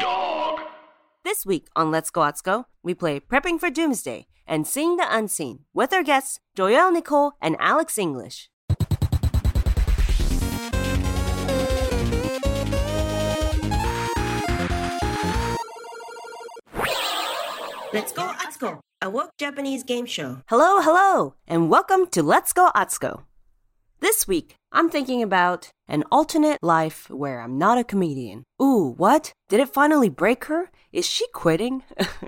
Dog. This week on Let's Go Otsko, we play Prepping for Doomsday and Seeing the Unseen with our guests Doyle Nicole and Alex English. Let's go Atsuko, a woke Japanese game show. Hello, hello, and welcome to Let's Go Atsuko. This week, I'm thinking about an alternate life where I'm not a comedian. Ooh, what? Did it finally break her? Is she quitting?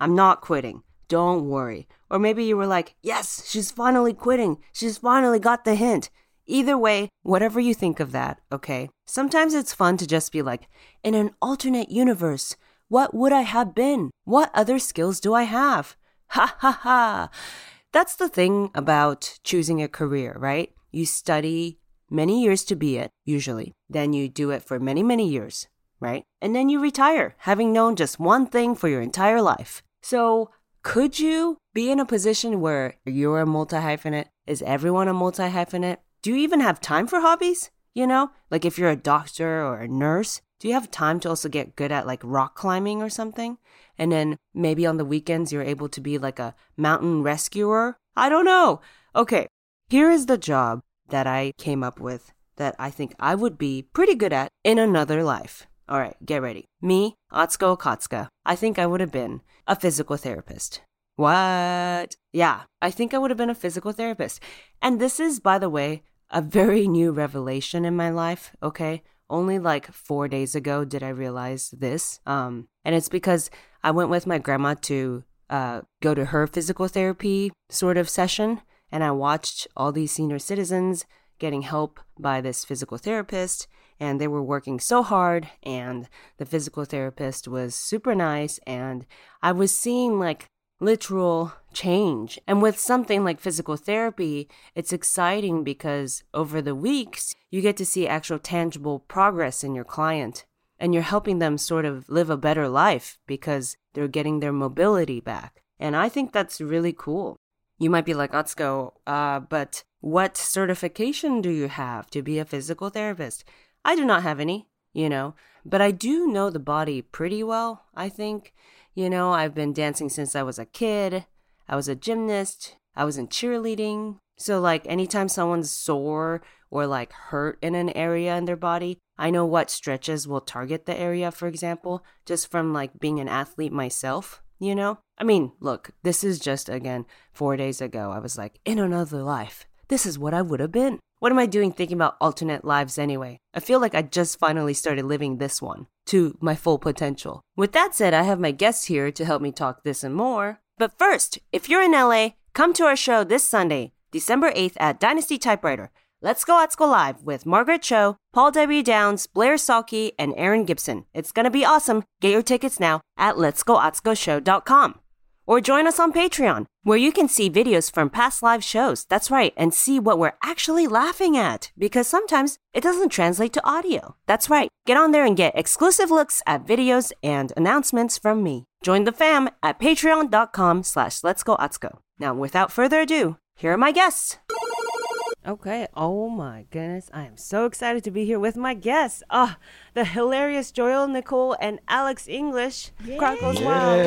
I'm not quitting. Don't worry. Or maybe you were like, yes, she's finally quitting. She's finally got the hint. Either way, whatever you think of that, okay? Sometimes it's fun to just be like, in an alternate universe, what would I have been? What other skills do I have? Ha ha ha. That's the thing about choosing a career, right? You study many years to be it, usually. Then you do it for many, many years, right? And then you retire, having known just one thing for your entire life. So, could you be in a position where you're a multi hyphenate? Is everyone a multi hyphenate? Do you even have time for hobbies? You know, like if you're a doctor or a nurse, do you have time to also get good at like rock climbing or something? And then maybe on the weekends you're able to be like a mountain rescuer? I don't know. Okay, here is the job that I came up with that I think I would be pretty good at in another life. All right, get ready. Me, Atsuko Okatsuka, I think I would have been a physical therapist. What? Yeah, I think I would have been a physical therapist. And this is, by the way, a very new revelation in my life, okay? Only like four days ago did I realize this. Um, and it's because I went with my grandma to uh, go to her physical therapy sort of session, and I watched all these senior citizens getting help by this physical therapist and they were working so hard and the physical therapist was super nice and i was seeing like literal change and with something like physical therapy it's exciting because over the weeks you get to see actual tangible progress in your client and you're helping them sort of live a better life because they're getting their mobility back and i think that's really cool you might be like, Atsuko, uh, but what certification do you have to be a physical therapist? I do not have any, you know, but I do know the body pretty well, I think. You know, I've been dancing since I was a kid, I was a gymnast, I was in cheerleading. So, like, anytime someone's sore or like hurt in an area in their body, I know what stretches will target the area, for example, just from like being an athlete myself you know? I mean, look, this is just, again, four days ago. I was like, in another life, this is what I would have been. What am I doing thinking about alternate lives anyway? I feel like I just finally started living this one to my full potential. With that said, I have my guests here to help me talk this and more. But first, if you're in LA, come to our show this Sunday, December 8th at Dynasty Typewriter. Let's Go At School Live with Margaret Cho, Paul W. Downs, Blair Salke, and Aaron Gibson. It's going to be awesome. Get your tickets now at letsgoatskoshow.com. Or join us on Patreon, where you can see videos from past live shows. That's right, and see what we're actually laughing at, because sometimes it doesn't translate to audio. That's right. Get on there and get exclusive looks at videos and announcements from me. Join the fam at patreon.com slash letsgoatsko. Now, without further ado, here are my guests. Okay. Oh my goodness. I am so excited to be here with my guests. Ah, the hilarious Joel Nicole and Alex English. Chronicles Wild. Woo.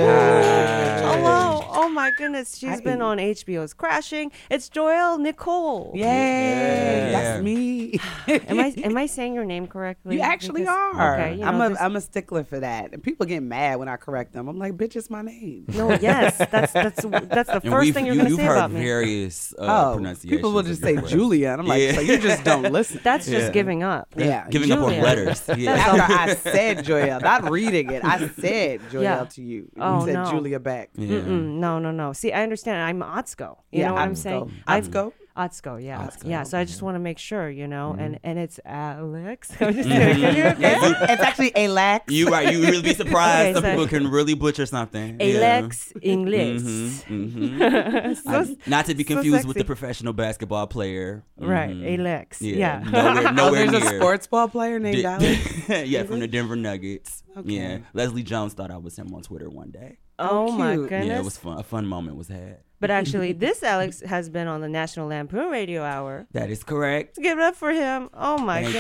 Hello. Oh my goodness. She's been on HBO's Crashing. It's Joel Nicole. Yay! That's me. Am I am I saying your name correctly? You actually Because- are. Okay. You know, I'm a this- am a stickler for that, and people get mad when I correct them. I'm like, bitch, it's my name. no, yes, that's that's that's the And first we've- thing you're you, going to you've say heard about me. various uh, pronunciations. Oh, people will of just say your voice. Julia, and I'm like, Yeah. so you just don't listen. That's just Yeah. giving up. yeah, giving up on Julia. letters. Yeah. After I said Joel, not reading it, I said Joel Yeah. to you. You Oh, said no. Julia back. Yeah. Mm-mm, no, no, no. See, I understand. I'm Otsko. You Yeah, know what I'm Otsko. saying? Otsko. I've, Otsko, yeah. Yeah, so I Mm-hmm. just want to make sure, you know, and, and it's Alex. I'm just Mm-hmm. kidding. Can you It's, imagine? it's actually a lax. You right. You really be surprised. Okay, Some so- people can really butcher something. Alex English. Mm-hmm. So- I- not to be so confused with sexy. the professional basketball player. Right, Mhm. Alex. Yeah. Yeah. Nowhere, Oh, nowhere there's near. a sports ball player named Di- Alex. yeah, from the Denver Nuggets. Yeah, Okay. Leslie Jones thought I was him on Twitter one day. oh my cute. goodness. Yeah, it was fun. A fun moment was had. But actually, this Alex has been on the National Lampoon Radio Hour. That is correct. Give it up for him. Oh my Thank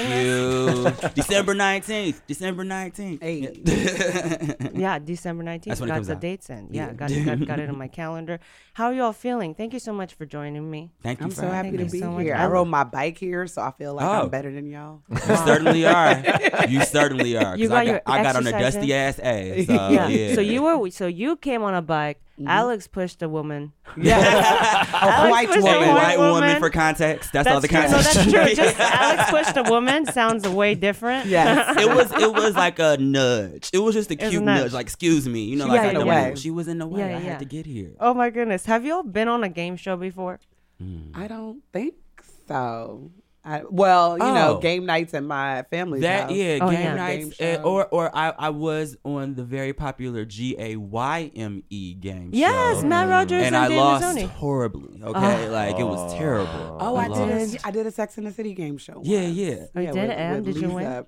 goodness. you. December nineteenth. December nineteenth. Hey. Yeah, December 19th. That's when it got comes the out. dates in. Yeah, Yeah. got, got, got it on my calendar. How are y'all feeling? Thank you so much for joining me. Thank you. I'm for so happy having to us. be so much. here. I I rode my bike here, so I feel like Oh. I'm better than y'all. You certainly are. You certainly are. 'cause You got I got, your I got on a exercise in? dusty ass ass. So, yeah. yeah. So you were so you came on a bike. Alex pushed a woman. Yeah, a white was a And woman. white white woman, woman. for context. That's, all That's the true. No, context. that's true. Just Alex pushed a woman sounds way different. Yes. it was it was like a nudge. It was just a was a cute nudge. nudge. Like excuse me, you know, She like was I in the don't way. know. She was in the way. Yeah, I yeah. had to get here. Oh my goodness. Have y'all been on a game show before? I don't think so. I, well, you know, Oh. game nights at my family's That house. yeah, Oh, game yeah. nights, Game uh, show. or or I, I was on the very popular G A Y M E game Yes, show. Matt Rogers and and I Dave lost Mazzoni. horribly. Okay, like it was terrible. Oh, I lost. did. A, I did a Sex in the City game show. Yeah, once. yeah. Oh, you did it, and did you win?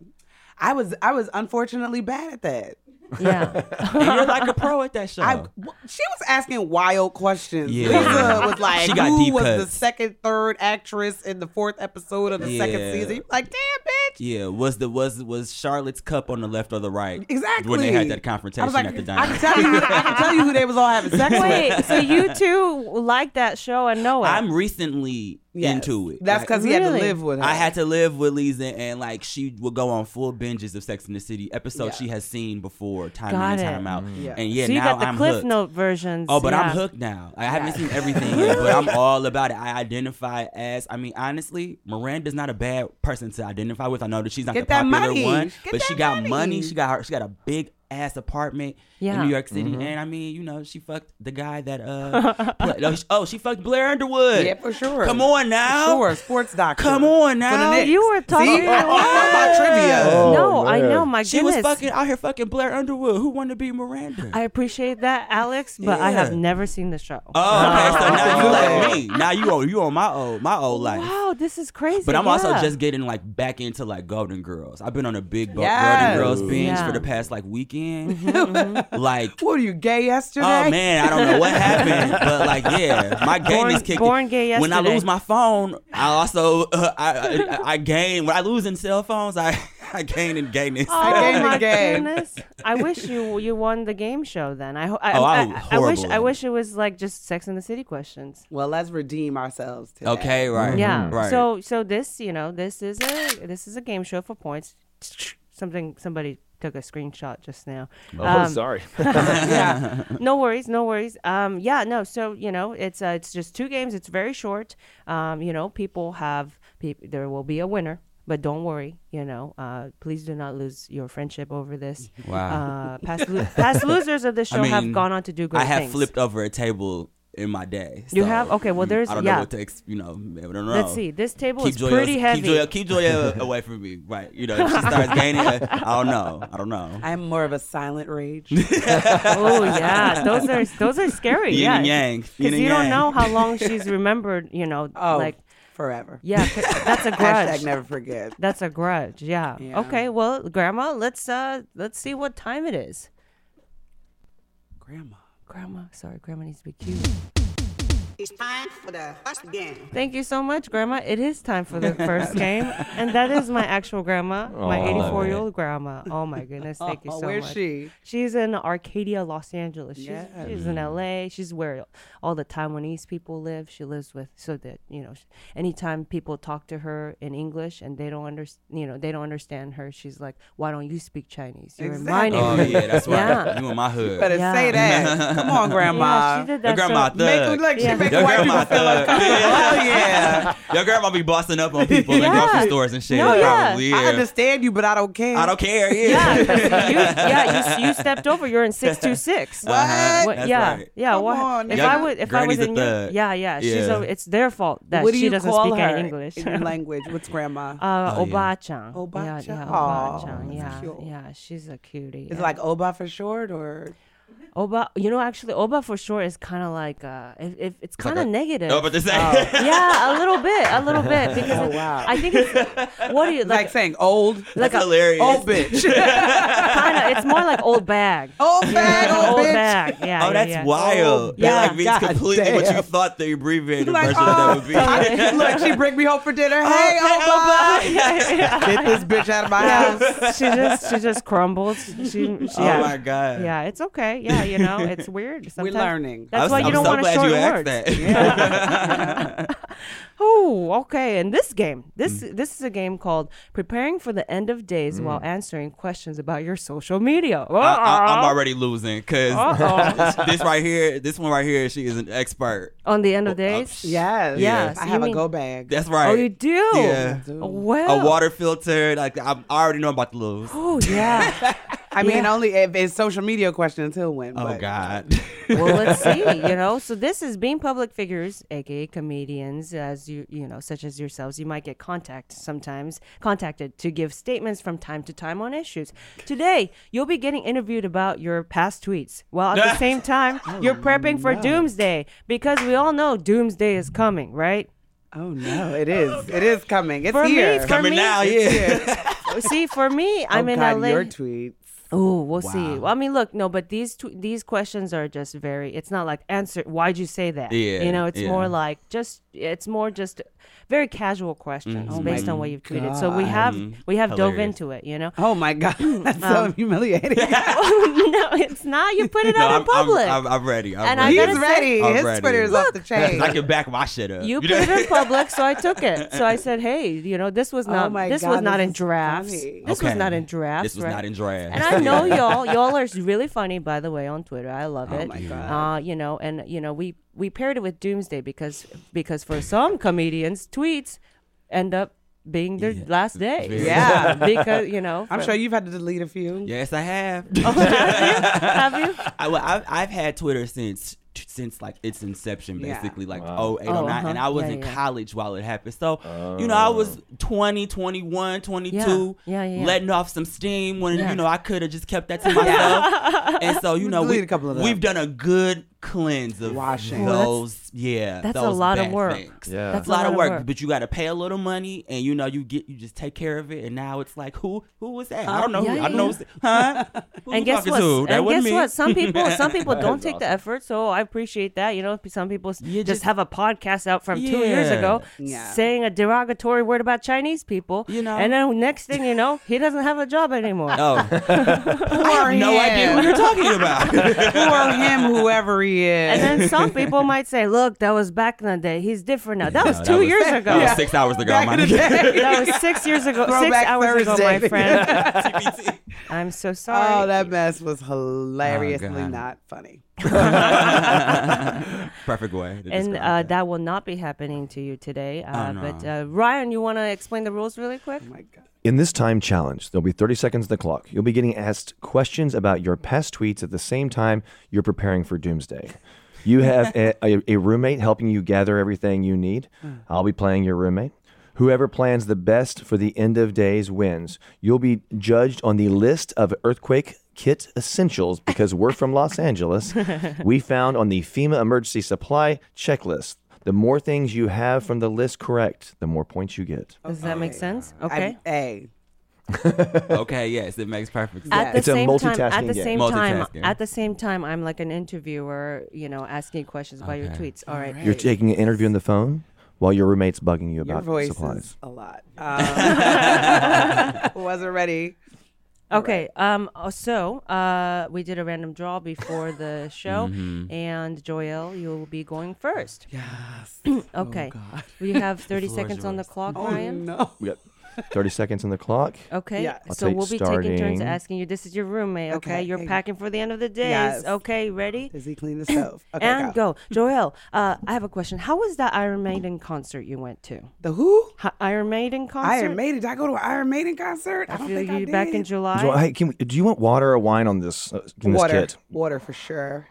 I was I was unfortunately bad at that. Yeah. And you're like a pro at that show. I w- she was asking wild questions. Oh. Yeah. Lisa was like, She got "Who deep was the cuts. second, third actress in the fourth episode of the second Yeah. season?" You're Like, damn, bitch. yeah, was the was was Charlotte's cup on the left or the right? Exactly. When they had that confrontation I was like, at the I diner. can tell you, I can tell you who they was all having sex with. Wait, so you two like that show and know it. I'm recently Yes. into it. That's Like, because he had Really? to live with her. I had to live with Lisa, and like she would go on full binges of Sex in the City episodes she has seen before, time Got in and it. time out. Mm. Yeah. And yeah, so you now got the I'm cliff hooked. note versions. Oh, but I'm yeah. hooked now. I haven't seen everything yet, but I'm all about it. I identify as. I mean, honestly, Miranda's not a bad person to identify with. I know that she's not Get the that popular money. one, Get but she that got money. money. She got her. She got a big ass apartment Yeah. in New York City, Mm-hmm. and I mean, you know, she fucked the guy that. uh pla- oh, she- Oh, she fucked Blair Underwood. Yeah, for sure. Come on For now. Sure, sports doctor. Oh, Come on Oh, For the now. Knicks. Oh, You were talking See? Oh, about- all about trivia. Oh, no, I man. know. My She goodness. was fucking out here fucking Blair Underwood. Who wanted to be Miranda? I appreciate that, Alex, but I have Yeah. never seen the show. oh, okay. So now you Oh. like me. Now you on you on my old my old life. wow, this is crazy. But I'm also yeah. just getting like back into like Golden Girls. I've been on a big bo- Yes. Golden Girls binge Yeah. Mm-hmm, for the past like weekend. like, What are you gay yesterday? oh man, I don't know what happened, but like, yeah, my gayness Born- kicked. born in. gay When I yesterday. lose my phone, I also uh, I, I I gain. When I lose in cell phones, I I gain in gayness. Oh Again, my again. goodness! I wish you you won the game show. Then I ho- I, Oh, I, I'm I- I wish horrible I at wish it was like just Sex in the City questions. Well, let's redeem ourselves today. Okay, right. Yeah. Right. So so this you know this is a this is a game show for points. Something somebody took a screenshot just now. Um, Oh, sorry. no worries, no worries. Um, yeah, no. So you know, it's uh, it's just two games. It's very short. Um, you know, people have peop there will be a winner, but don't worry. You know, uh, please do not lose your friendship over this. Wow. Uh, past lo- past losers of this show I mean, have gone on to do great I have things. flipped over a table in my day. You so have? Okay, well, you- there's- I don't yeah. know what to ex- you know. I don't know. Let's see. This table is keep Joya, pretty heavy. Keep Joya, keep Joya away from me. Right. You know, if she starts gaining, uh, I don't know. I don't know. I'm more of a silent rage. oh yeah, those are those are scary. Yin yeah, and yang. Yin Because and you don't yang. know how long she's remembered. You know, Oh, like forever. yeah, 'cause that's a grudge. Hashtag never forget. That's a grudge. Yeah. Yeah. Okay. Well, Grandma, let's uh let's see what time it is. Grandma. Grandma, sorry, Grandma needs to be cute. It's time for the first game. Thank you so much, Grandma. It is time for the first game. And that is my actual grandma, my Aw, I love 84 year old grandma. Oh my goodness. Thank you so Where's much. she? She's in Arcadia, Los Angeles. She's, she's in LA. She's where all the Taiwanese people live. She lives with so that you know, sh- anytime people talk to her in English and they don't understand, you know, they don't understand her. She's like, "Why don't you speak Chinese? You're in my Oh neighborhood." yeah, that's right. Yeah. You in my hood. Better Yeah. say that. Come on, Yeah, she grandma. did Your that. grandma so- thug. Make, like, Yeah. she make Your white grandma people feel thug. uncomfortable. Oh, yeah. Your grandma be bossing up on people in Yeah. grocery stores and shit. No, yeah. probably. Yeah. I understand you, but I don't care. I don't care. Yeah. yeah, you, yeah, you, you stepped over. You're in six two six. What? Uh-huh, What- that's yeah, right. yeah. Come What? on, if yeah. I would, if I was Granny's a in, your, thug. yeah, yeah, she's Yeah. a, It's their fault that What do she you doesn't call speak her any English. in your language? What's grandma? Uh, Oh, yeah. Obachan. Obachan. Yeah, yeah, Aw, Obachan. that's Yeah, cute. yeah. She's a cutie. Is it yeah. like Oba for short or? Oba. You know, actually, Oba for sure is kind of like uh, if, if it's kind of negative. Oh, but this yeah, a little bit, a little bit, because Oh, it- wow. I think it's what do you Like, like? saying old? like a hilarious. old bitch. kind of. It's more like old bag. old bag, Yeah, old, old bitch. bag. Yeah. Oh, yeah, that's yeah. wild. Yeah. That like means God completely what you damn. thought the abbreviated Like, version of that oh, would be. I- look, she bring me home for dinner. Hey, Oba. Get this bitch out of my house. Yeah, she just she just crumbles. She, she yeah. Oh my god. Yeah, it's okay. Yeah, you know, it's weird. We're Sometimes. learning. That's I'm, why you I'm don't so want to glad short you asked words. that. Oh, okay. And this game, this Mm. this is a game called preparing for the end of days while answering questions about your social media. I, I, I'm Uh-oh. already losing because Uh-uh. Uh-oh. this right here, this one right here, she is an expert. on the end of Oh, uh, days. Yes. Yes, I you have a mean- go bag. That's right. Oh, you do. Yeah. I Well. A water filter. Like I'm, I already know I'm about to lose. Oh yeah. I mean, only if it's social media question until when. Oh but- God. well, let's see. You know, so this is being public figures, aka comedians, as you you know, such as yourselves. You might get contact sometimes contacted to give statements from time to time on issues. Today, you'll be getting interviewed about your past tweets, while at the same time, you're prepping for doomsday because we all know doomsday is coming, right? Oh no, it is. it is coming. It's For me, here. for coming. Coming me- now, yeah. see, for me, I'm oh in God, LA. your tweets. Oh, we'll see. Well, I mean, look, no, but these tw- these questions are just very. It's not like answer. Why'd you say that? Yeah, you know, it's yeah. more like just. It's more just very casual questions Mm-hmm. based on what you've tweeted. So we have we have dove Hilarious. into it. You know, Oh my God, that's so humiliating. no, it's not. You put it out in I'm, I'm, public. I'm, I'm ready. I'm And I ready. He's gotta say- ready. I'm His ready. Twitter is off the chain. I can back my shit up. you put know? it in public, so I took it. So I said, "Hey, you know, this was Oh not. my this God, was not this in is drafts. funny. This was Okay. not in drafts. This was right? not in draft. And I know y'all. Y'all are really funny, by the way, on Twitter. I love it. my Uh, you know, and you know, we we paired it with Doomsday because because for some comedians, tweets end up being their last day. Yeah. because you know, I'm for- sure you've had to delete a few. Yes, I have. Oh, have you? I, well, I've, I've had Twitter since since like its inception, Yeah. basically like Wow. oh eight oh Oh, nine, uh-huh. and I was Yeah, in yeah. college while it happened. So you know, I Oh. was 20, 21, 22, Yeah, yeah, yeah. letting off some steam when Yeah. you know I could have just kept that to myself. and so you know, we, Delete a couple of them. we've done a good cleanse of Washing. Well, that's- those. yeah, that's a those lot of bad work. things. Yeah. That's a lot of work, but you got to pay a little money, and you know you get you just take care of it. And now it's like who who was that? I don't know. yeah, who, Uh, yeah, I don't know. yeah. who's- Huh? Who and you guess talking what? to? That and wasn't guess me. what? Some people, some people That don't is take the awesome. effort. So I appreciate that. You know, some people s- You just, just- have a podcast out from two years Yeah. ago Yeah. saying a derogatory word about Chinese people. You know. and then next thing you know, he doesn't have a job anymore. Oh, Poor no idea what him. you're talking about. Poor him, whoever he is. And then some people might say, "Look, that was back in the day. He's different now. That was No, two years ago. That was six hours ago. Back my in the nigga. day. That was six years ago. six Throwback hours ago, my Thursday. friend. TBT. I'm so sorry. Oh, that mess was hilariously God. not funny. Perfect way. to and describe uh, that. that will not be happening to you today. Uh, Oh, no. But uh, Ryan, you want to explain the rules really quick? My God. In this time challenge, there'll be 30 seconds on the clock. You'll be getting asked questions about your past tweets at the same time you're preparing for doomsday. You have a, a, a roommate helping you gather everything you need. I'll be playing your roommate. Whoever plans the best for the end of days wins. You'll be judged on the list of earthquake kit essentials because we're from Los Angeles. We found on the FEMA emergency supply checklist. The more things you have from the list correct, the more points you get. Does that make sense? I'm- Okay. Hey, uh, okay, yes, it makes perfect sense. At the It's a same time, at multitasking the game. same time, Multitasking. at the same time, I'm like an interviewer, you know, asking questions about your tweets. All right. You're taking an interview on the phone while your roommate's bugging you Your about voice supplies. is a lot. Um, wasn't ready. Okay. Um. uh, So, uh, we did a random draw before the show, and Joel, you'll be going first. Yes. Okay. God. we have 30 floor is seconds on the yours. clock, Oh Ryan. no. We got 30 seconds on the clock. Okay. Yeah. I'll So take we'll be taking turns starting. asking you. This is your roommate. Okay. Okay, You're here you go. packing for the end of the days. Yes. Okay. Ready? Does he clean his stove? Okay, and go, Joel. Uh, I have a question. How was that Iron Maiden concert you went to? The Who? Hi- Iron Maiden concert. Iron Maiden. Did I go to an Iron Maiden concert? I, I don't feel think you Uh, I did. back in July. So, hey, can we, do you want water or wine on this, uh, in this water, kit? water for sure.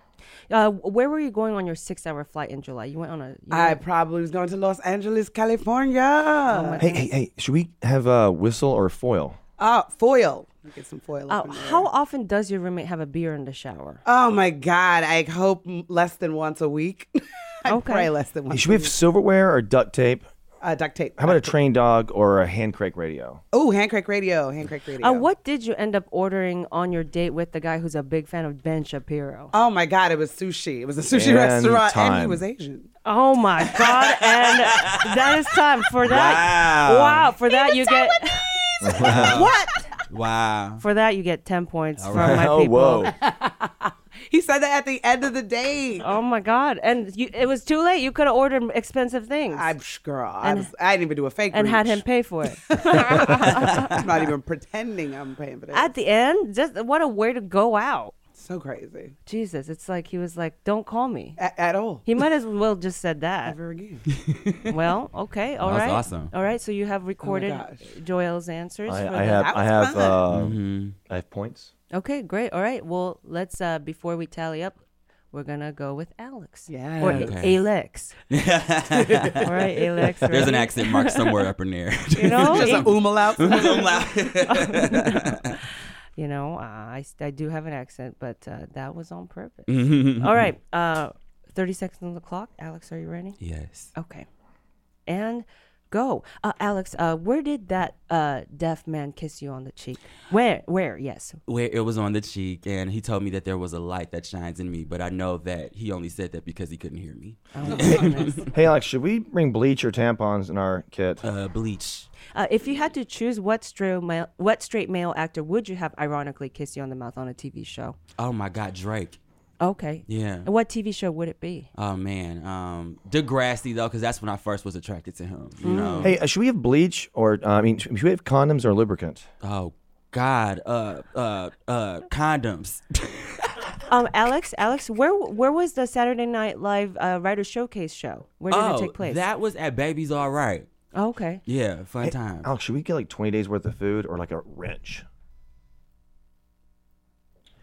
Uh, where were you going on your six-hour flight in July? You went on a. you I went- probably was going to Los Angeles, California. Oh Hey, hey, hey, should we have a uh, whistle or foil? Oh, foil. Let me Get some foil. up Oh, in there. how often does your roommate have a beer in the shower? Oh my God! I hope m- less than once a week. I Okay. pray less than Hey, once. should we have silverware or duct tape? uh, duct tape? How about a train dog or a handcrake radio? Oh, Handcrake Radio. Handcrake Radio. Uh, what did you end up ordering on your date with the guy who's a big fan of Ben Shapiro? Oh my God! It was sushi. It was a sushi And restaurant, and he time. was Asian. Oh my God! and that is time for that. Wow! Wow. For that you get What? Wow. for that you get ten points from my oh, people. whoa. He said that at the end of the day. Oh my God! And you, it was too late. You could have ordered expensive things I'm sh- girl. I, was, I didn't even do a fake. and had him reach. pay for it. I'm not even pretending I'm paying for that. At the end, just what a way to go out. so crazy. Jesus, it's like he was like, "Don't call me." At, at all. He might as well just said that. Ever again. Well, okay, all right. That's awesome. All right, so you have recorded Oh gosh. Joel's answers. for I, I the- have, That I was have, fun. uh, I have points. Okay, great. All right, well, let's uh before we tally up, we're gonna go with Alex. Yeah. Or Okay. Alex. all right, Alex. There's an ready? accent mark somewhere up in there. You know, Just an it- oomal out. I'm loud. you know, uh, I s- I do have an accent, but uh, that was on purpose. all right, uh, thirty seconds on the clock. Alex, are you ready? yes. Okay. And go. Uh, Alex, uh, where did that uh, deaf man kiss you on the cheek? Where? Where? Yes. Where it was on the cheek, and he told me that there was a light that shines in me, but I know that he only said that because he couldn't hear me. Oh, my goodness. Hey, Alex, should we bring bleach or tampons in our kit? Uh, bleach. uh, if you had to choose what straight, male, what straight male actor would you have ironically kiss you on the mouth on a TV show? Oh my God, Drake. Okay. Yeah. And What TV show would it be? Oh man, um, Degrassi though, because that's when I first was attracted to him. You know. Hey, uh, should we have bleach or, uh, I mean, sh- should we have condoms or lubricant? Oh God, uh, uh, uh, condoms. Um, Alex, Alex, where where was the Saturday Night Live uh, writer showcase show? Where did oh, it take place? that was at Baby's All Right. Oh, okay. Yeah, fun time. Alex, should we get like 20 days worth of food or like a wrench?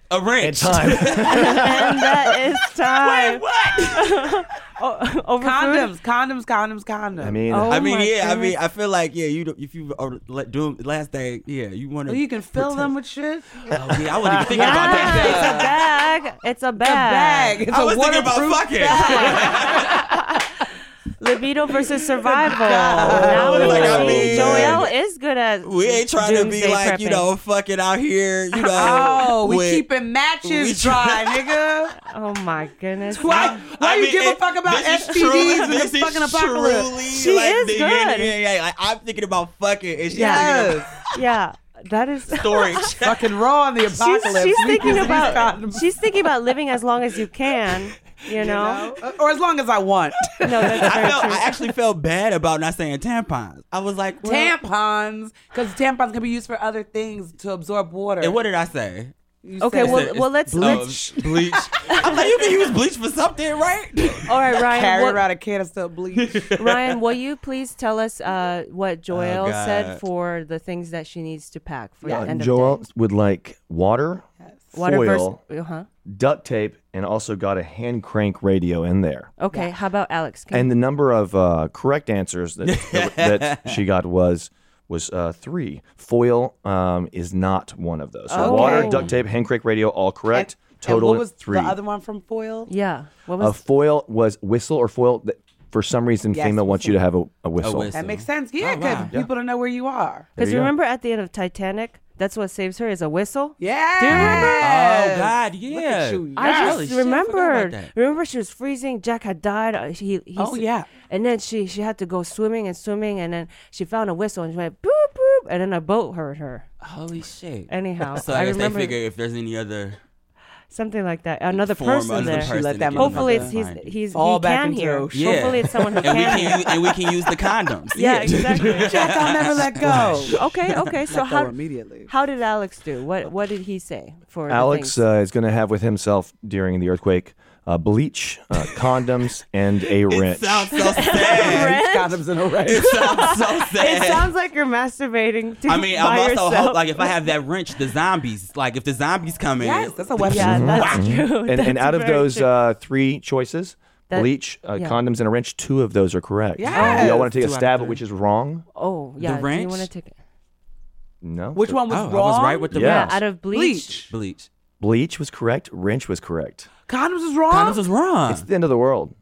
A And wrench. time. and that is time. Wait, what? over food? Condoms, condoms, condoms, condoms. I mean, Oh I mean, my yeah. I mean, goodness. I feel like yeah. You don't- if you are like, doing last day, yeah, you want to. Well, you can fill them with shit. Oh, yeah, I wasn't even thinking about Ah, that. it's a bag. It's a bag. Bag. It's I a was thinking about waterproof fucking. Libido versus survival. Now we Like, I see mean- Joel is good at. We ain't trying to be doomsday like you prepping. know fucking out here. You know. Oh, we with- keeping we matches dry, nigga. Oh my goodness. Why? Why I you mean, give a it- fuck about this is STDs in truly- the this is fucking apocalypse? truly, She like, is the good. yin and yang. Like, I'm thinking about fucking. And she's thinking Yes. Yeah, that is. about storage. fucking raw in the She's, apocalypse. she's We thinking using these about. condoms, She's thinking about living as long as you can. You you know. know? or as long as I want. No, that's I, very felt, true. I actually felt bad about not saying tampons. I was like, well, tampons, because tampons can be used for other things to absorb water. And what did I say? You Okay, said- well, It's well, let's- bleach. bleach. I'm like, you can use bleach for something, right? All right, Ryan. carry What, around a canister of bleach. Ryan, will you please tell us uh, what Joel said God. for the things that she needs to pack for the uh, end Joel of would like water, day? Water foil, versus. Uh-huh. duct tape, and also got a hand crank radio in there. Okay, how about Alex? Can And the number of uh, correct answers that, that, that she got was was uh, three. Foil um, is not one of those. So water, Okay. duct tape, hand crank radio, all correct. Total And what was three. the other one from foil? Yeah. What A was foil was whistle or foil. Th- for some reason, Yes, FEMA wants you to have a, a whistle. whistle. That makes sense. Yeah, because people don't know where you are. There Because you go. remember at the end of Titanic, that's what saves her is a whistle. Yeah. Do you remember? Oh God, yeah. you. I Holy just shit, I forgot about remembered. that. remember, she was freezing. Jack had died. Uh, He, he Oh, s- yeah. And then she she had to go swimming and swimming, and then she found a whistle and she went boop boop, and then a boat heard her. Holy shit. Anyhow, So I I, guess remember they figure if there's any other something like that. Another form person other there. person, let it that can mother- Hopefully, be it's he's fine. he's Fall he back can into hear. the ocean. Hopefully, it's someone who and we can can hear. use, and we can use the condoms. Yeah, exactly. Jack, I'll never let go. okay, okay. So Let go how immediately. How did Alex do? What what did he say for the Alex things? uh, is going to have with himself during the earthquake uh, bleach, uh, condoms, and a wrench. It sounds so sad. These condoms in a it race. sounds so sad. uh, it sounds like you're masturbating. To, I mean, by I'm also yourself. hope like if I have that wrench, the zombies, like if the zombies come in, Yes, that's a weapon. yeah, that's true. and, and That's out of very those true. uh, three choices, That- bleach, uh, yeah. condoms, and a wrench, two of those are correct. Yes. We all want to take Two a out of stab at three. which is wrong. oh yeah, do you wrench? want to take it? No. Which one was oh, I wrong? was right with the Yeah. Yeah, Yes. out of bleach. bleach. bleach. Bleach was correct. Wrench was correct. Condoms was wrong. Condoms was wrong. It's the end of the world.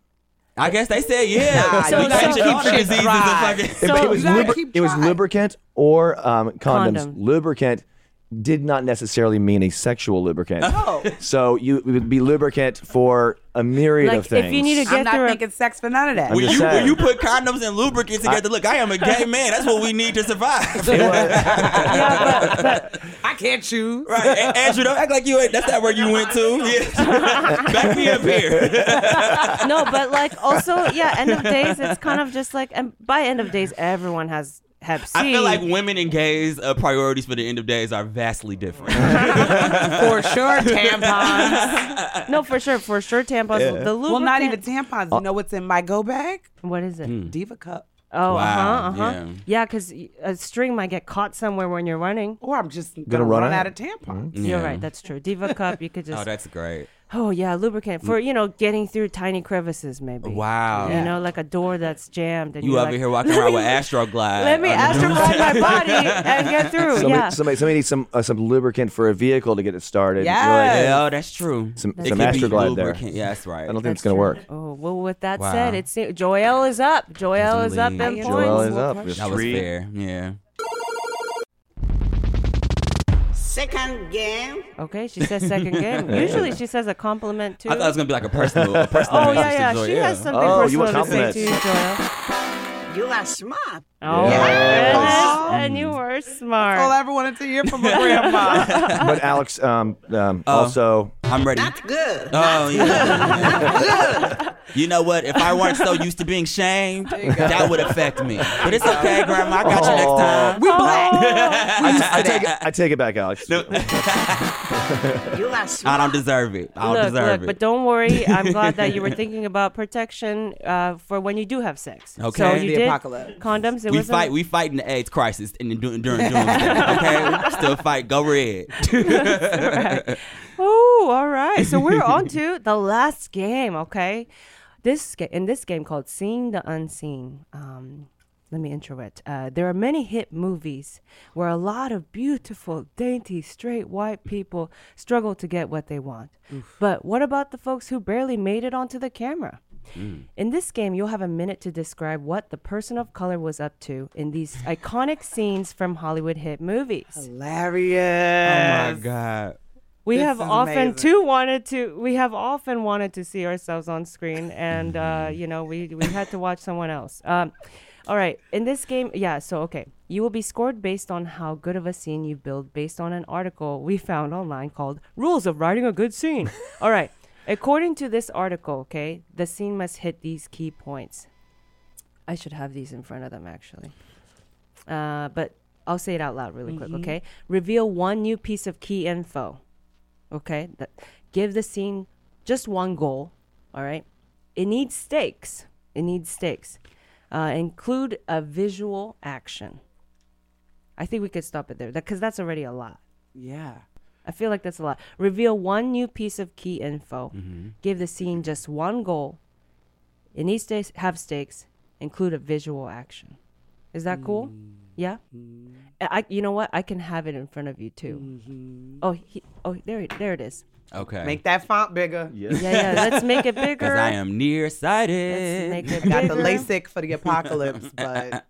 I guess they said yeah. So- we gotta so- keep all the keep diseases shit and dry. fucking. It- it, was You gotta lubri- keep it was trying. lubricant or um, condoms. Condom. Lubricant did not necessarily mean a sexual lubricant. So you it would be lubricant for a myriad Like, of if you things. need to I'm Get through not a- thinking sex for none of that. I'm When just you, when saying. you put condoms and lubricant together, look, I am a gay man. That's what we need to survive. yeah, but, but I can't choose. Right, A- Andrew, don't act like you ain't. That's not where you went to. Yeah. Back me up here. no, but like also yeah, end of days. It's kind of just like and by end of days, everyone has Hep C. I feel like women and gays' uh, priorities for the end of days are vastly different. For sure, tampons. no, for sure, for sure, tampons. The lubricant. well, not even tampons. Uh, You know what's in my go bag? What is it? Diva cup. Oh, Hmm. Wow, uh huh, uh huh. yeah. Yeah, because a string might get caught somewhere when you're running. Or I'm just gonna, run Mm-hmm. run, out. out. of tampons. You're right. That's true. Diva cup. You could just. Oh, that's great. Oh yeah, lubricant for you know getting through tiny crevices maybe. Wow. You know, like a door that's jammed. And You you're over like, here walking "Let around me- with Astro Glide. Let me astroglide my body and get through. Somebody, yeah. somebody, somebody needs some uh, some lubricant for a vehicle to get it started. You're like, Yes. Yeah, oh, that's true. Some- It could some be Astroglide there. lubricant. Yeah, that's right. I don't think That's it's going to true. work. Oh well, with that Wow. said, it's Joel is up. Joel is up in Definitely. points. Joel is up. There's that was three. fair. Yeah. Second game. Okay, she says second game. Usually she says a compliment too. I thought it was gonna be like a personal, a personal oh message yeah, to yeah. Joy. She has something Oh, you personal want to say to you, Joel. You are smart. Oh Yes. my goodness, and you were All smart. I ever wanted to hear from my grandma. But Alex, um, um, Oh. also, I'm ready. Not good. Oh yeah. you know what? If I weren't so used to being shamed, that would affect me. But it's okay, Grandma. I got you next time. we black. I, I take it, I take it back, Alex. You are I smart. don't deserve it. I don't look, deserve look, it. but don't worry. I'm glad that you were thinking about protection uh, for when you do have sex. so Okay. you The did apocalypse. condoms. It we was fight. We fighting the AIDS crisis and then during during doing Okay, still fight. Go red. Oh, all right. So we're on to the last game. Okay, this ga- in this game called "Seeing the Unseen." Um, let me intro it. Uh, there are many hit movies where a lot of beautiful, dainty, straight white people struggle to get what they want. But what about the folks who barely made it onto the camera? In this game, you'll have a minute to describe what the person of color was up to in these iconic scenes from Hollywood hit movies. Hilarious. God. We This have is often amazing. too wanted to. We have often wanted to see ourselves on screen, and uh, Mm-hmm. you know, we we had to watch someone else. Um, all right, in this game, yeah. So okay, you will be scored based on how good of a scene you build, based on an article we found online called "Rules of Writing a Good Scene." all right, according to this article, okay, the scene must hit these key points. I should have these in front of them actually. Uh, but I'll say it out loud really Mm-hmm. quick, okay? Reveal one new piece of key info, okay? That, give the scene just one goal, all right? It needs stakes. It needs stakes. Uh, include a visual action. I think we could stop it there because that's already a lot. Yeah. I feel like that's a lot. Reveal one new piece of key info. Give the scene just one goal. It needs to have stakes. Include a visual action. Is that cool? Yeah. I, I- you know what? I can have it in front of you too. Oh, he, oh, there, it- there it is. Okay. Make that font bigger. Yeah, yeah. Let's make it bigger. Because I am Let's nearsighted. make it I got the bigger. LASIK for the apocalypse, but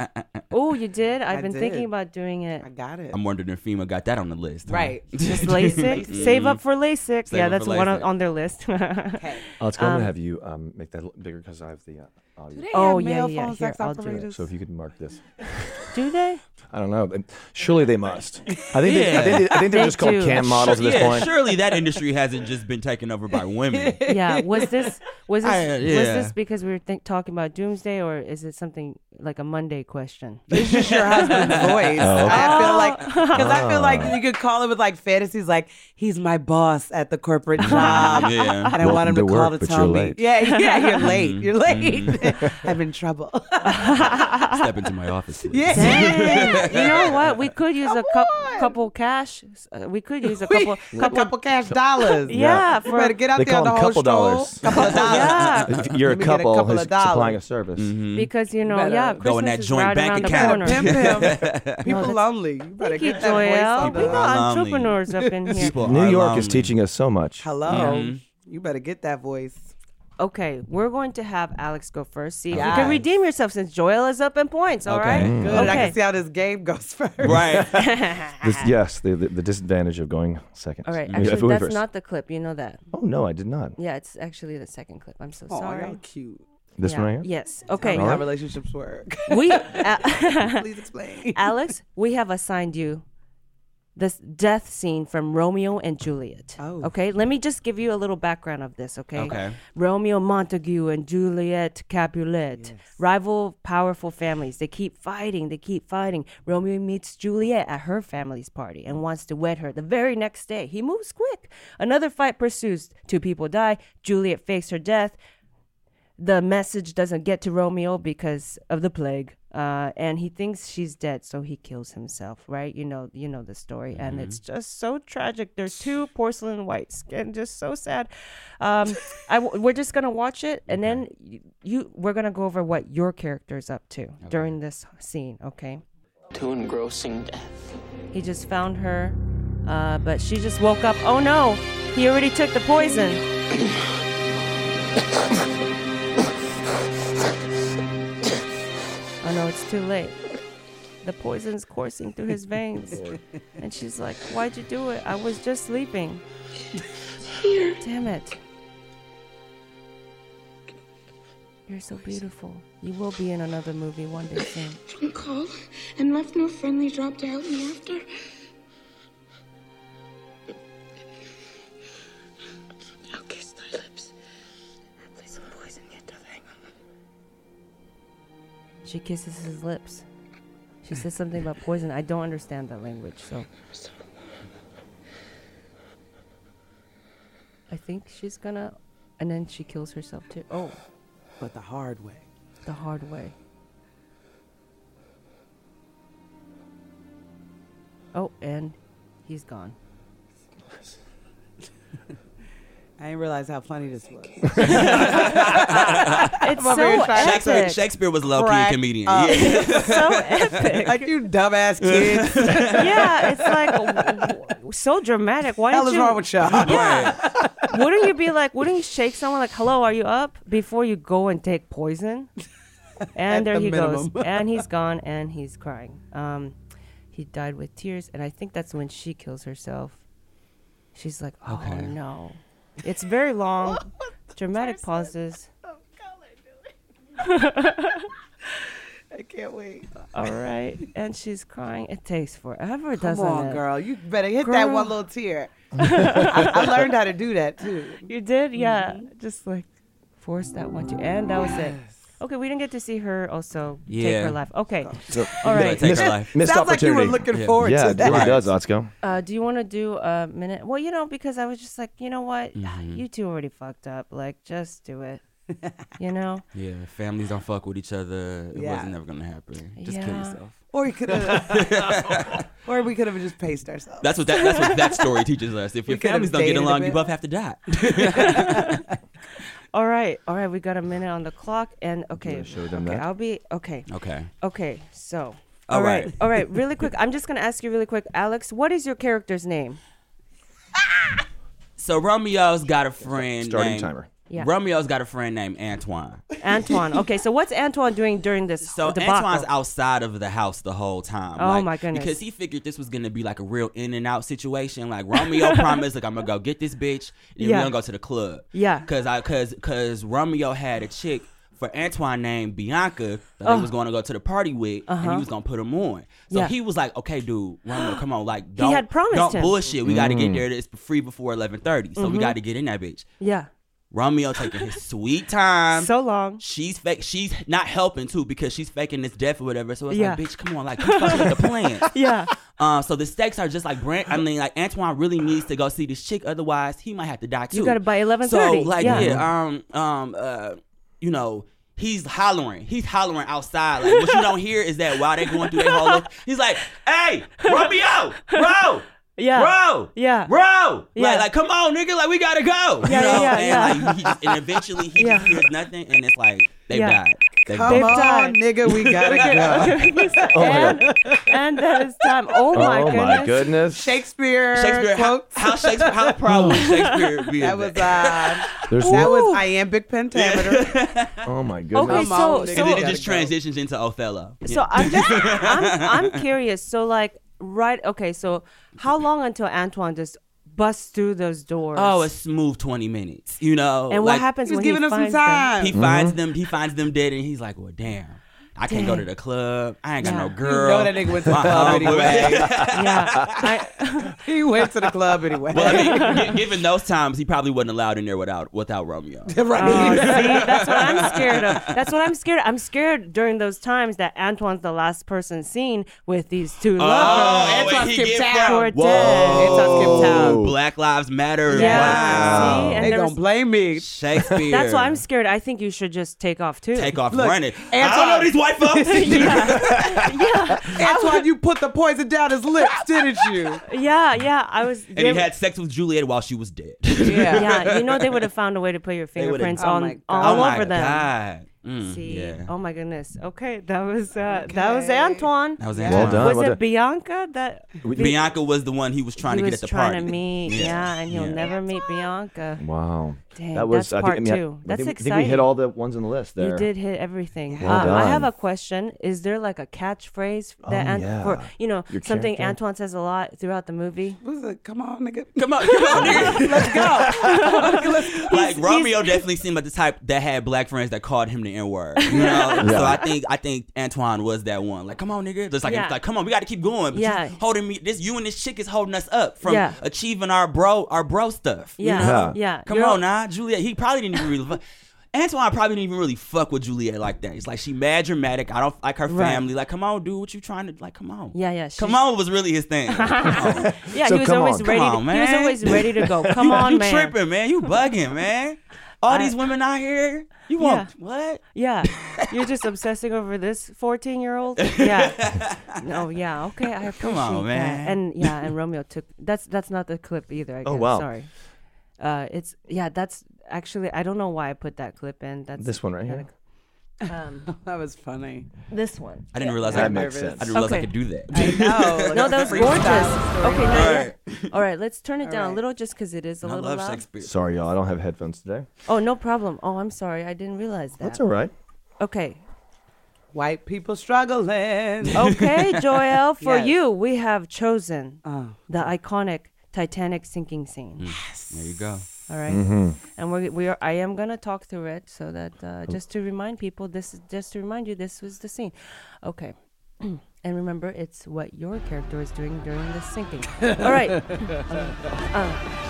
Oh, you did? I've I been did. thinking about doing it. I got it. I'm wondering if FEMA got that on the list. huh? Right. Just LASIK. Save up for LASIK. Mm-hmm. Save yeah, up for that's one on, LASIK. on their list. Let's go. I'm gonna have you um, make that l- bigger because I have the uh, audio. Oh, yeah, yeah, yeah. Here, I'll do it. So if you could mark this, Do they? I don't know. but Surely they must. I think they, I think, they, I think they're They just called do. cam models at this yeah, point. surely that industry hasn't just been taken over by women. Yeah. Was this was this I- was yeah. this because we were think, talking about doomsday, or is it something like a Monday question? It's just your husband's voice. Oh, I feel like because I feel like Oh. you could call it with like fantasies, like he's my boss at the corporate job, Yeah. and I want him to Welcome to call work, to but tell you're me, late. Mm. yeah, yeah, you're late, you're late, I'm in trouble. Step into my office. please. yeah, Dang. you know what? We could use a cou- couple cash. Uh, we could use a couple a couple, couple. cash dollars. yeah, you for- better get out They there on call the whole them couple stroll. dollars. Couple of dollars. Yeah. If You're a Let me get a couple, couple who's of dollars. supplying a service. Mm-hmm. because you know, yeah, Christmas Go in that is joint right bank around account. the Pimp corner. him. People lonely. You better Thank you, get that voice um, Joel. on We the- got Lonely. entrepreneurs up in here. People New are York is lonely. teaching us so much. Hello. Mm-hmm. You better get that voice. Okay, we're going to have Alex go first. See, if you Yes. Mm. can redeem yourself since Joel is up in points. All Okay, right. good. Good. Okay. I can see how this game goes first. Right. This, yes, the, the the disadvantage of going second. all right. Yeah, if we Actually, were that's first. not the clip. You know that. Oh no, I did not. Yeah, it's actually the second clip. I'm so Oh, sorry. y'all cute. This yeah. one right here. Yes. I Okay. don't know how relationships work. We, uh, Please explain. Alex, we have assigned you this death scene from Romeo and Juliet. Oh. Okay, let me just give you a little background of this, okay? Okay. Romeo Montague and Juliet Capulet, rival powerful families. They keep fighting, they keep fighting. Romeo meets Juliet at her family's party and wants to wed her the very next day. He moves quick. Another fight pursues. Two people die. Juliet fakes her death the message doesn't get to Romeo because of the plague, uh, and he thinks she's dead, so he kills himself. Right? You know, you know the story, and it's just so tragic. There's two porcelain whites, and just so sad. Um, I w- we're just gonna watch it, and then you, you we're gonna go over what your character's up to during this scene. Okay? to engrossing death. He just found her, uh, but she just woke up. Oh no! He already took the poison. Oh no, it's too late. The poison's coursing through his veins. and she's like, Why'd you do it? I was just sleeping. Damn it. You're so beautiful. You will be in another movie one day soon. Didn't call and left no friendly drop to help me after. I'll kiss thy lips. That place of poison yet doth hang on them. She kisses his lips. She says something about poison. I don't understand that language, so. I think she's gonna. And then she kills herself too. Oh, But the hard way. the hard way. Oh, and he's gone. I didn't realize how funny this was. It's so over here trying to Shakespeare, epic. Shakespeare was low key Crack comedian. up. Yeah. so epic. like you dumbass kids. Yeah, it's like w- w- so dramatic. Why hell don't is you? wrong with y'all? Yeah. wouldn't you be like, wouldn't you shake someone like, hello, are you up? Before you go and take poison? At And there the he goes. minimum. And he's gone and he's crying. Um, he died with tears. And I think that's when she kills herself. She's like, oh no. It's very long, dramatic pauses. I can't wait. All right. And she's crying. It takes forever, Come doesn't on, it? girl. You better hit that one Girl. little tear. I, I learned how to do that too. You did? Yeah. Mm-hmm. Just like force that one to end. That was it. Okay, we didn't get to see her also take Yeah. her life. Okay. So, All You better right. take missed, her life. missed Sounds like you opportunity. were looking Yeah. forward yeah, to it that. really Right. does, Otsko. Uh, do you want to do a minute? Well, you know, because I was just like, you know what? Ah, You two already fucked up. Like, just do it. you know? Yeah, families don't fuck with each other. It Yeah. wasn't never gonna happen. Just kill Yeah. yourself. Or we could have, or we could have just paced ourselves. That's what that, that's what that story teaches us. If your could've families don't get dated a along, you bit. both have to die. All right. All right. We got a minute on the clock. And okay. show them okay that. I'll be okay. okay. Okay. So. All all right. right. All right. Really quick. I'm just going to ask you really quick, Alex, what is your character's name? So Romeo's got a friend. Starting named- timer. Yeah. Romeo's got a friend named Antoine. Antoine. Okay, so what's Antoine doing during this So debacle? Antoine's outside of the house the whole time. Oh, like, my goodness. Because he figured this was gonna be like a real in and out situation. Like Romeo promised, like I'm gonna go get this bitch, and Yeah. we're gonna go to the club. Yeah. Cause I cause cause Romeo had a chick for Antoine named Bianca that Ugh. he was gonna go to the party with, and Uh-huh. he was gonna put him on. So Yeah. he was like, okay, dude, Romeo, come on, like don't had promised don't him. bullshit. We gotta get Mm. there. It's free before eleven thirty, so we Mhm. gotta get in that bitch. yeah. Romeo taking his sweet time. So long. She's fake. She's not helping too because she's faking this death or whatever. So it's Yeah. like, bitch, come on, like keep fucking with the plan. Yeah. Um, so the stakes are just like Brand. I mean, like Antoine really needs to go see this chick, otherwise he might have to die too. You gotta by So 11:30, like yeah. yeah. um um uh, you know. He's hollering. He's hollering outside. Like what you don't hear is that while they're going through their whole look, he's like, "Hey, Romeo, bro, Yeah. bro, Yeah. bro, Yeah. like, like come on, nigga, like we gotta go." Yeah, you know? yeah, yeah, and, yeah. Like, he just, and eventually he Yeah. just hears nothing, and it's like they Yeah. died. They Come died. They've on, died. nigga, we gotta go. Oh my and, and that is time. Oh my oh goodness. my goodness. Shakespeare, Shakespeare, how, quotes. how Shakespeare, how proud would Shakespeare be? that of was uh, There's that no- was iambic pentameter. Oh my Okay, goodness. Come so on, nigga. and so then it just Gotta go. transitions into Othello. Yeah. So I'm just I'm, I'm curious. So like right okay, so how long until Antoine just busts through those doors? oh, a smooth twenty minutes. You know, and what like, happens He was when giving he us some finds them? time. He finds them. He finds them dead, and he's like, "Well, damn." I can't go to the club. I ain't got no Yeah. girl. You know that nigga went to the My club homeboy- anyway. Yeah. I, he went to the club anyway. well, I mean, gi- given those times, he probably wasn't allowed in there without without Romeo. oh, see, right. that's what I'm scared of. That's what I'm scared. I'm scared during those times that Antoine's the last person seen with these two lovers. Oh, and Antoine he skipped get town. from- Who are Whoa. dead. Antoine skipped town. Black Lives Matter. Yeah. Wow. See? And they there gonna was- blame me. Shakespeare. That's why I'm scared. I think you should just take off too. Take off Look, running. I Antoine- don't know these white folks. Antoine, you put the poison down his lips, didn't you? Yeah, yeah. I was. And he had sex with Juliet while she was dead. Yeah. yeah, you know they would have found a way to put your would've- fingerprints Oh my on God. all oh my over them. God. Mm, See? Yeah. Oh my goodness. Okay, that was uh, that was Antoine. That was Well Antoine. done. was What it the- Bianca that We- Bi- Bianca was the one he was trying he to was get at the trying party. to meet? Yeah, and he'll Yeah. never meet Bianca. Wow. Dang, that was that's I part think, I mean, I- two. I That's think, I think we exciting. hit all the ones on the list there. You did hit everything. Well um, I have done. a question. Is there like a catchphrase that Oh, Ant- yeah. for you know Your something character. Antoine says a lot throughout the movie? Was it? Come on, nigga. Come on, come on, nigga. Let's go. Let's go. Like Romeo definitely seemed like the type that had black friends that called him the N word. You know, so I think I think Antoine was that one. Like, come on, nigga. Just like, Yeah. like, come on, we got to keep going. But Yeah. yeah, holding me. This you and this chick is holding us up from Yeah. achieving our bro, our bro stuff. Yeah, You know? Yeah. yeah. Come You're- on, nah, Juliet. He probably didn't even really. fu- Antoine probably didn't even really fuck with Juliet like that. It's like she mad dramatic. I don't like her Right. family. Like, come on, dude, what you trying to like? Come on. Yeah, yeah. she- Come on was really his thing. Like, come on. Yeah, So he was come always on. ready. Come to, on, He was man. always ready to go. Come you, on, you man. tripping, man. You bugging, man. All I- these women out here. You want what? Yeah, you're just obsessing over this 14 year old. Yeah. No, yeah. Okay, I appreciate Come on, man. that. And yeah, and Romeo took. That's that's not the clip either. I guess. Oh, wow. Sorry. Uh, it's yeah. That's actually I don't know why I put that clip in. That's This one right here. That was funny. This one. I didn't realize I That could, makes I sense. didn't realize I Okay. could do that. No, No, Oh, that was gorgeous. Okay, now All yeah. All right, let's turn it down a right. little just because it is a I little love loud. Shakespeare. Sorry, y'all. I don't have headphones today. Oh, no problem. Oh, I'm sorry. I didn't realize that. That's all right. Okay. White people struggling. Okay, Joelle, for Yes. you, we have chosen Oh. the iconic Titanic sinking scene. Mm. There you go. All right? and we're, we are. I am gonna talk through it so that uh, just to remind people, this is just to remind you, this was the scene. Okay, and remember, it's what your character is doing during the sinking. all right. Uh,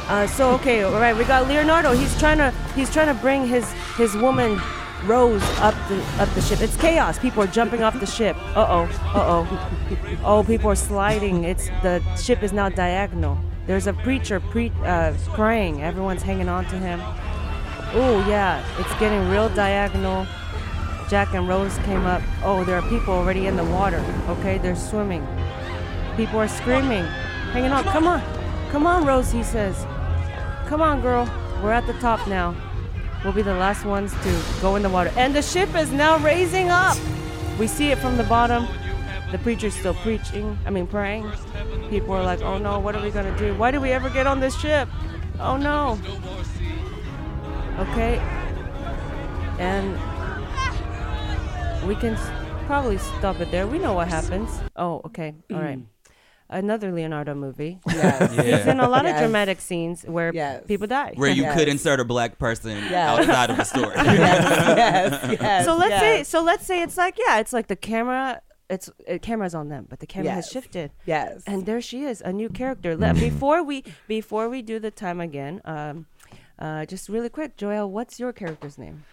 uh, so okay, all right. We got Leonardo. He's trying to he's trying to bring his his woman. Rose up the up the ship. It's chaos. People are jumping off the ship. Uh oh. Uh oh. Oh, people are sliding. It's the ship is now diagonal. There's a preacher pre- uh, praying. Everyone's hanging on to him. Oh yeah, it's getting real diagonal. Jack and Rose came up. Oh, there are people already in the water. Okay, they're swimming. People are screaming, hanging on. Come on, come on, Rose. He says, "Come on, girl. We're at the top now. We'll be the last ones to go in the water." And the ship is now raising up. We see it from the bottom. The preacher's still preaching. I mean, praying. People are like, "Oh no, what are we gonna do? Why did we ever get on this ship?" Oh no. Okay. And we can s- probably stop it there. We know what happens. Oh, okay. All right. Another Leonardo movie. Yes. He's in a lot Yes. of dramatic scenes where people die. Where you could insert a black person outside of the story. so let's say so let's say it's like yeah, it's like the camera. It's uh, camera's on them, but the camera has Yes. shifted. Yes. and there she is, a new character. Let, before we before we do the time again, um, uh, just really quick, Joelle, what's your character's name?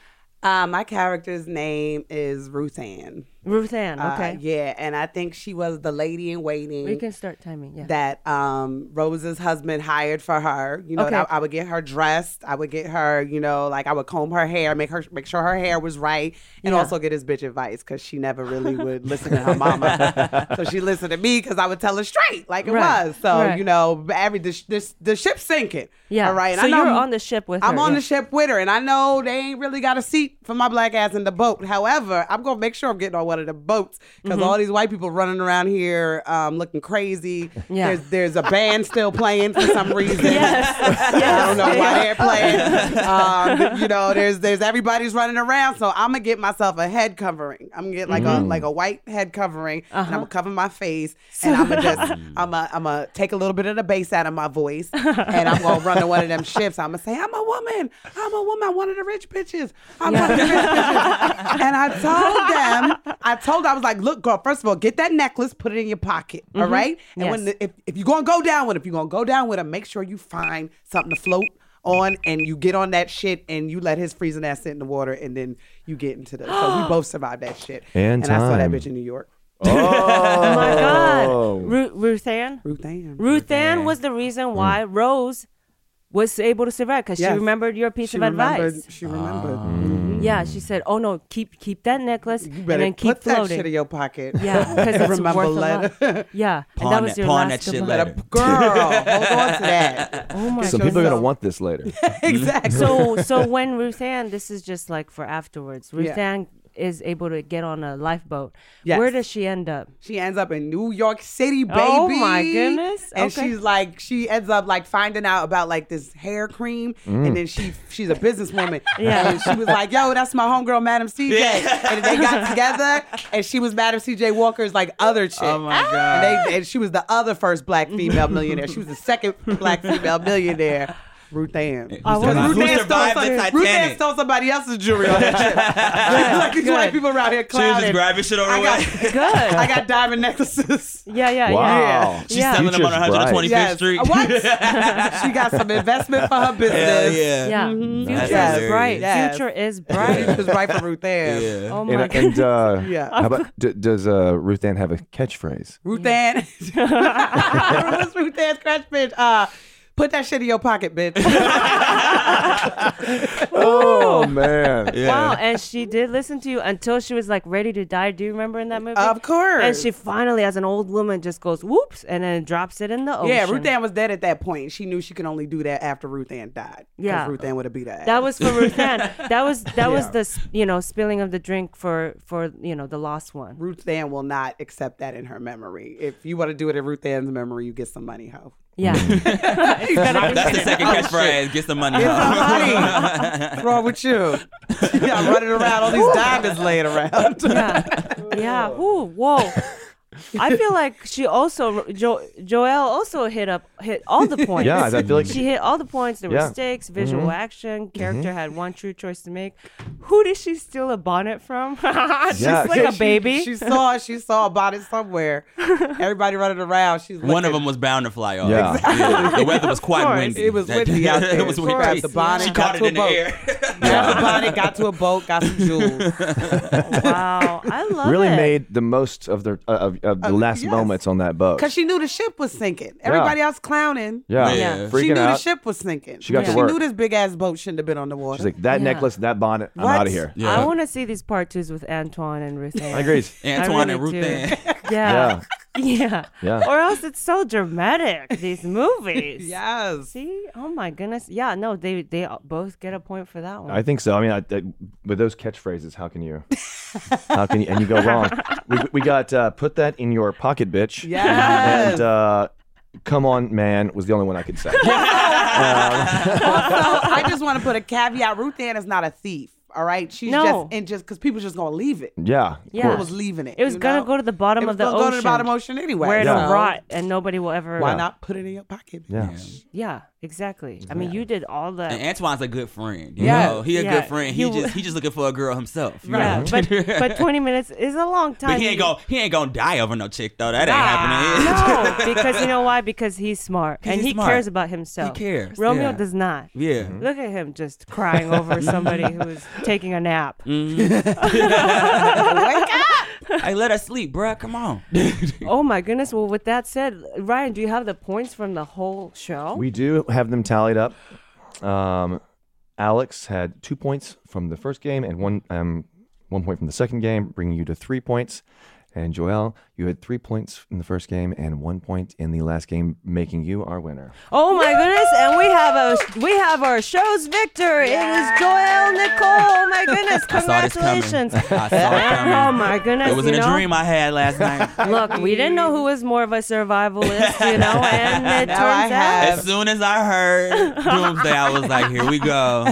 Uh, my character's name is Ruth Ann. Ruth Ann, Uh, okay. yeah, and I think she was the lady in waiting. We can start timing. Yeah. That um, Rose's husband hired for her. You know, and Okay. I, I would get her dressed. I would get her. You know, like I would comb her hair, make her make sure her hair was right, and Yeah. also get his bitch advice because she never really would listen to her mama. so she listened to me because I would tell her straight, like it Right, was. So right. you know, every the, sh- this the ship's sinking. Yeah. All right. and So I know you're I'm- on the ship with I'm her, on yeah. the ship with her, and I know they ain't really got a seat for my black ass in the boat. However, I'm gonna make sure I'm getting on one of the boats because Mhm. all these white people running around here um, looking crazy. Yeah. There's there's a band still playing for some reason. I don't know why they're playing. Um, you know, there's there's everybody's running around, so I'm gonna get myself a head covering. I'm gonna get like a Mhm. like a white head covering, and I'm Uh-huh. gonna cover my face, and I'm gonna just I'm gonna I'm gonna take a little bit of the bass out of my voice, and I'm gonna run to one of them ships. I'm gonna say I'm a woman. I'm a woman. I'm one of the rich bitches. I'm one of the rich bitches. And I told them, I told them, I was like, look, girl, first of all, get that necklace, put it in your pocket, all Mhm. right? And when Yes. the, if, if you're gonna go down with them, if you're gonna go down with them, make sure you find something to float on and you get on that shit and you let his freezing ass sit in the water and then you get into the so we both survived that shit. And I saw that time. bitch in New York. Oh my Oh. God, Ru- Ruth Ann. Ruth Ann. Ruth Ann was the reason why Rose was able to survive because Yes. she remembered your piece She of advice. remembered- she remembered. Ah. Mm-hmm. Yeah, she said, "Oh no, keep keep that necklace and Mm. better then keep put that floating." shit in your pocket. Yeah, because it's Remember worth a later. lot. Yeah, and Pawn that was that- your pawn last that shit goodbye. later. Girl, hold on to that. Oh my Some people are gonna want this later. Oh, exactly. So so when Ruth Ann, this is just like for afterwards. Ruth Yeah. Ann is able to get on a lifeboat. Yes. Where does she end up? She ends up in New York City, baby. Oh, my goodness. And Okay. she's like, she ends up like finding out about like this hair cream, Mm. and then she she's a businesswoman. Yeah. And she was like, "Yo, that's my homegirl, Madam CJ." And they got together, and she was Madam CJ Walker's like other chick. Oh my god. And, they, and she was the other first black female millionaire. She was the second black female millionaire. Ruth Ann. Oh, Because survived- Ruth who Ann stole survived the some- Ruth Ann Titanic? stole somebody else's jewelry on that trip. like these white people around here She was clowning. just grabbing shit over I the way. got good. I got diamond necklaces. Yeah, yeah, Wow. yeah. She's selling them on Future's bright. 125th Yes. Street. What? she got some investment for her business. Hell yeah. Yeah, Mhm. future Yes. is bright. Yes. Future is bright. Future's bright for Ruth Ann. Oh my and, and, goodness. uh, Yeah. How about d- does uh, Ruth Ann have a catchphrase? Ruth Ann. What's Ruth Ann's crash bitch? Uh, put that shit in your pocket, bitch. Oh man! Wow, and she did listen to you until she was like ready to die. Do you remember in that movie? Of course. And she finally, as an old woman, just goes whoops and then drops it in the ocean. Yeah, Ruth Ann was dead at that point. She knew she could only do that after Ruth Ann died. 'Cause Yeah. Ruth Ann would have beat her. That was for ass. Ruth Ann. That was that was the s- you know spilling of the drink for for you know the lost one. Ruth Ann will not accept that in her memory. If you want to do it in Ruth Ann's memory, you get some money, hoe. Yeah. That's the second Oh, catchphrase. Get some money. Get huh? some money. What's wrong with you? Yeah, running around all these diamonds laying around. Yeah. Ooh, whoa. I feel like she also jo- Joelle also hit up hit all the points. Yeah, I feel like- she hit all the points. There Yeah. were stakes, visual Mhm. action, character had one true choice to make. Who did she steal a bonnet from? She's Yeah. like a She- baby. She, saw she saw a bonnet somewhere. Everybody running around. She's looking. One of them was bound to fly off. Yeah. Yeah. The weather was quite course. windy. It was windy out there. it was Of windy. course. The bonnet she got caught it to a in the boat. air. Grabbed a bonnet, got to a boat, got some jewels. wow, I love really it. made the most of their uh, of, of the last moments on that boat. Cause she knew the ship was sinking. Everybody else clowning. Yeah. Yeah. Yeah. She Freaking knew the out. ship was sinking. She got to she work. knew this big ass boat shouldn't have been on the water. She's like that Yeah. necklace, that bonnet. What? I'm out of here. I want to see these part twos with Antoine and Ruth Ann. I agree. Antoine I and Ruth do. Ann. Yeah. Yeah. Yeah. Or else it's so dramatic, these movies. yes. See? Oh my goodness. Yeah, no, they they both get a point for that one. I think so. I mean, I, I, with those catchphrases, how can you, how can you, and you go wrong? We, we got uh, put that in your pocket, bitch. Yes. And uh, Come on, man, was the only one I could say. also, I just want to put a caveat. Ruth Ann is not a thief. All right, she's No. just and just because people just gonna leave it. Yeah, of Yeah. People was leaving it. It was you gonna know? go to the bottom It of was the gonna ocean. go to the bottom ocean anyway, Where Yeah. it'll so- rot and nobody will ever. Why not put it in your pocket? Yeah. Yeah, exactly. I mean, you did all the. And Antoine's a good friend. You Yeah. know, he a Yeah. good friend. He, He w- just he just looking for a girl himself. you Right. know? But, but 20 minutes is a long time. But he ain't gonna he ain't gonna die over no chick though. That ain't happening. No, because you know why? Because he's smart 'Cause and he's he smart. cares about himself. He cares, Romeo yeah. does not. Mm-hmm. Yeah. Mhm. Look at him just crying over somebody who's taking a nap. Hey, let us sleep, bruh. Come on. oh my goodness. Well, with that said, Ryan, do you have the points from the whole show? We do have them tallied up. Um, Alex had two points from the first game and one um, one point from the second game, bringing you to three points. And Joel, you had three points in the first game and one point in the last game, making you our winner. Oh my goodness! And we have a we have our show's victor. It is Joel Nicole. Oh my goodness! I saw this coming. Congratulations! I saw it coming. Oh my goodness! It was in you a know? dream I had last night. Look, we didn't know who was more of a survivalist, you know, and it Now I turns out. As soon as I heard Doomsday, I was like, here we go.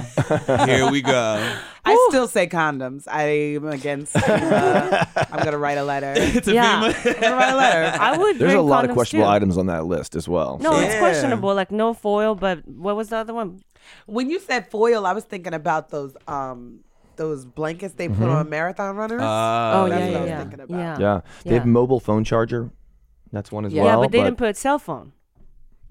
Here we go. I still say condoms. I'm against. uh, I'm gonna write a letter. Yeah. I'm gonna write a letter. I would There's a bring lot of condoms questionable too. items on that list as well. No, so- it's questionable. Like no foil, but what was the other one? When you said foil, I was thinking about those um those blankets they put Mm-hmm. Mhm. on marathon runners. yeah, That's Oh, what I yeah, was yeah. thinking about. Yeah. yeah, they have Yeah. mobile phone charger. That's one as Yeah, well. but they didn't put cell phone.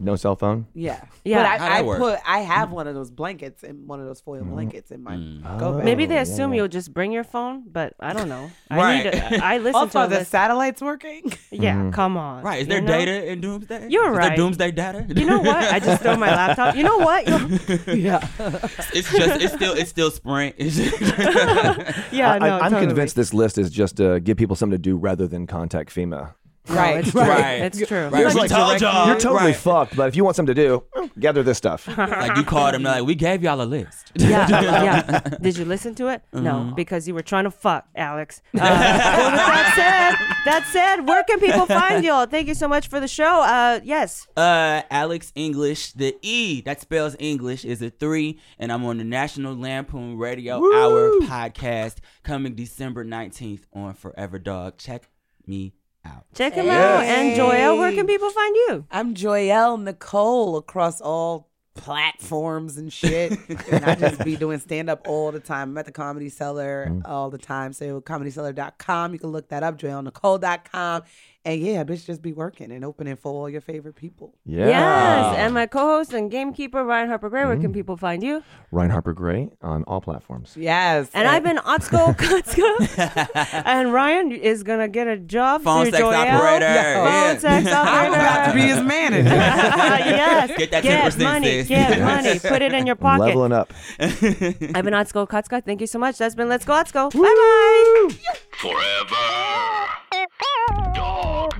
no cell phone. Yeah. Yeah. But How'd that I, I work? Mm. put I have one of those blankets and one of those foil blankets in my go bag. Maybe they yeah, assume Oh, yeah. you'll just bring your phone, but I don't know. I Right. need. A, I listen Also, to are a the list. satellites working? Yeah, Mm-hmm. come on. Right. Is you there know? data in Doomsday? You're Is right. there Doomsday data? You know what? I just throw my laptop. You know what? You're- yeah. it's just it's still it's still sprint. It's yeah, no, I, am totally. convinced this list is just to give people something to do rather than contact FEMA. No, Right. it's true. Right. It's true. Right. It's We like told direct- y'all. You're totally Right. fucked, but if you want something to do, gather this stuff. like you called him like we gave y'all a list. Yeah, yeah. Did you listen to it? Uh-huh. No, because you were trying to fuck, Alex. Uh, well, with that said, that said, where can people find you? all Thank you so much for the show. Uh, yes. Uh, Alex English, the E that spells English is a three, and I'm on the National Lampoon Radio Hour podcast coming December 19th on Forever Dog. Check me out. Check him out. And Joel, where can people find you? I'm Joyelle Nicole across all platforms and shit. and I just be doing stand up all the time. I'm at the Comedy Cellar all the time. So comedycellar.com. You can look that up, joyellenicole.com. And yeah, bitch, just be working and opening for all your favorite people. Yeah. Yes. And my co-host and gamekeeper Ryan Harper Gray. Where Mm-hmm. can people find you? Ryan Harper Gray on all platforms. Yes. And I've been Otsko Kotsko. and Ryan is gonna get a job Phone through sex Joel. operator. Phone Yeah. sex operator. I'm about to be his manager. yes. Get that 10%, money. sis. Get money. Yes. Put it in your pocket. Leveling up. I've been Otsko Kotska. Thank you so much. That's been Let's Go Otsko. Bye bye. Forever. Dog.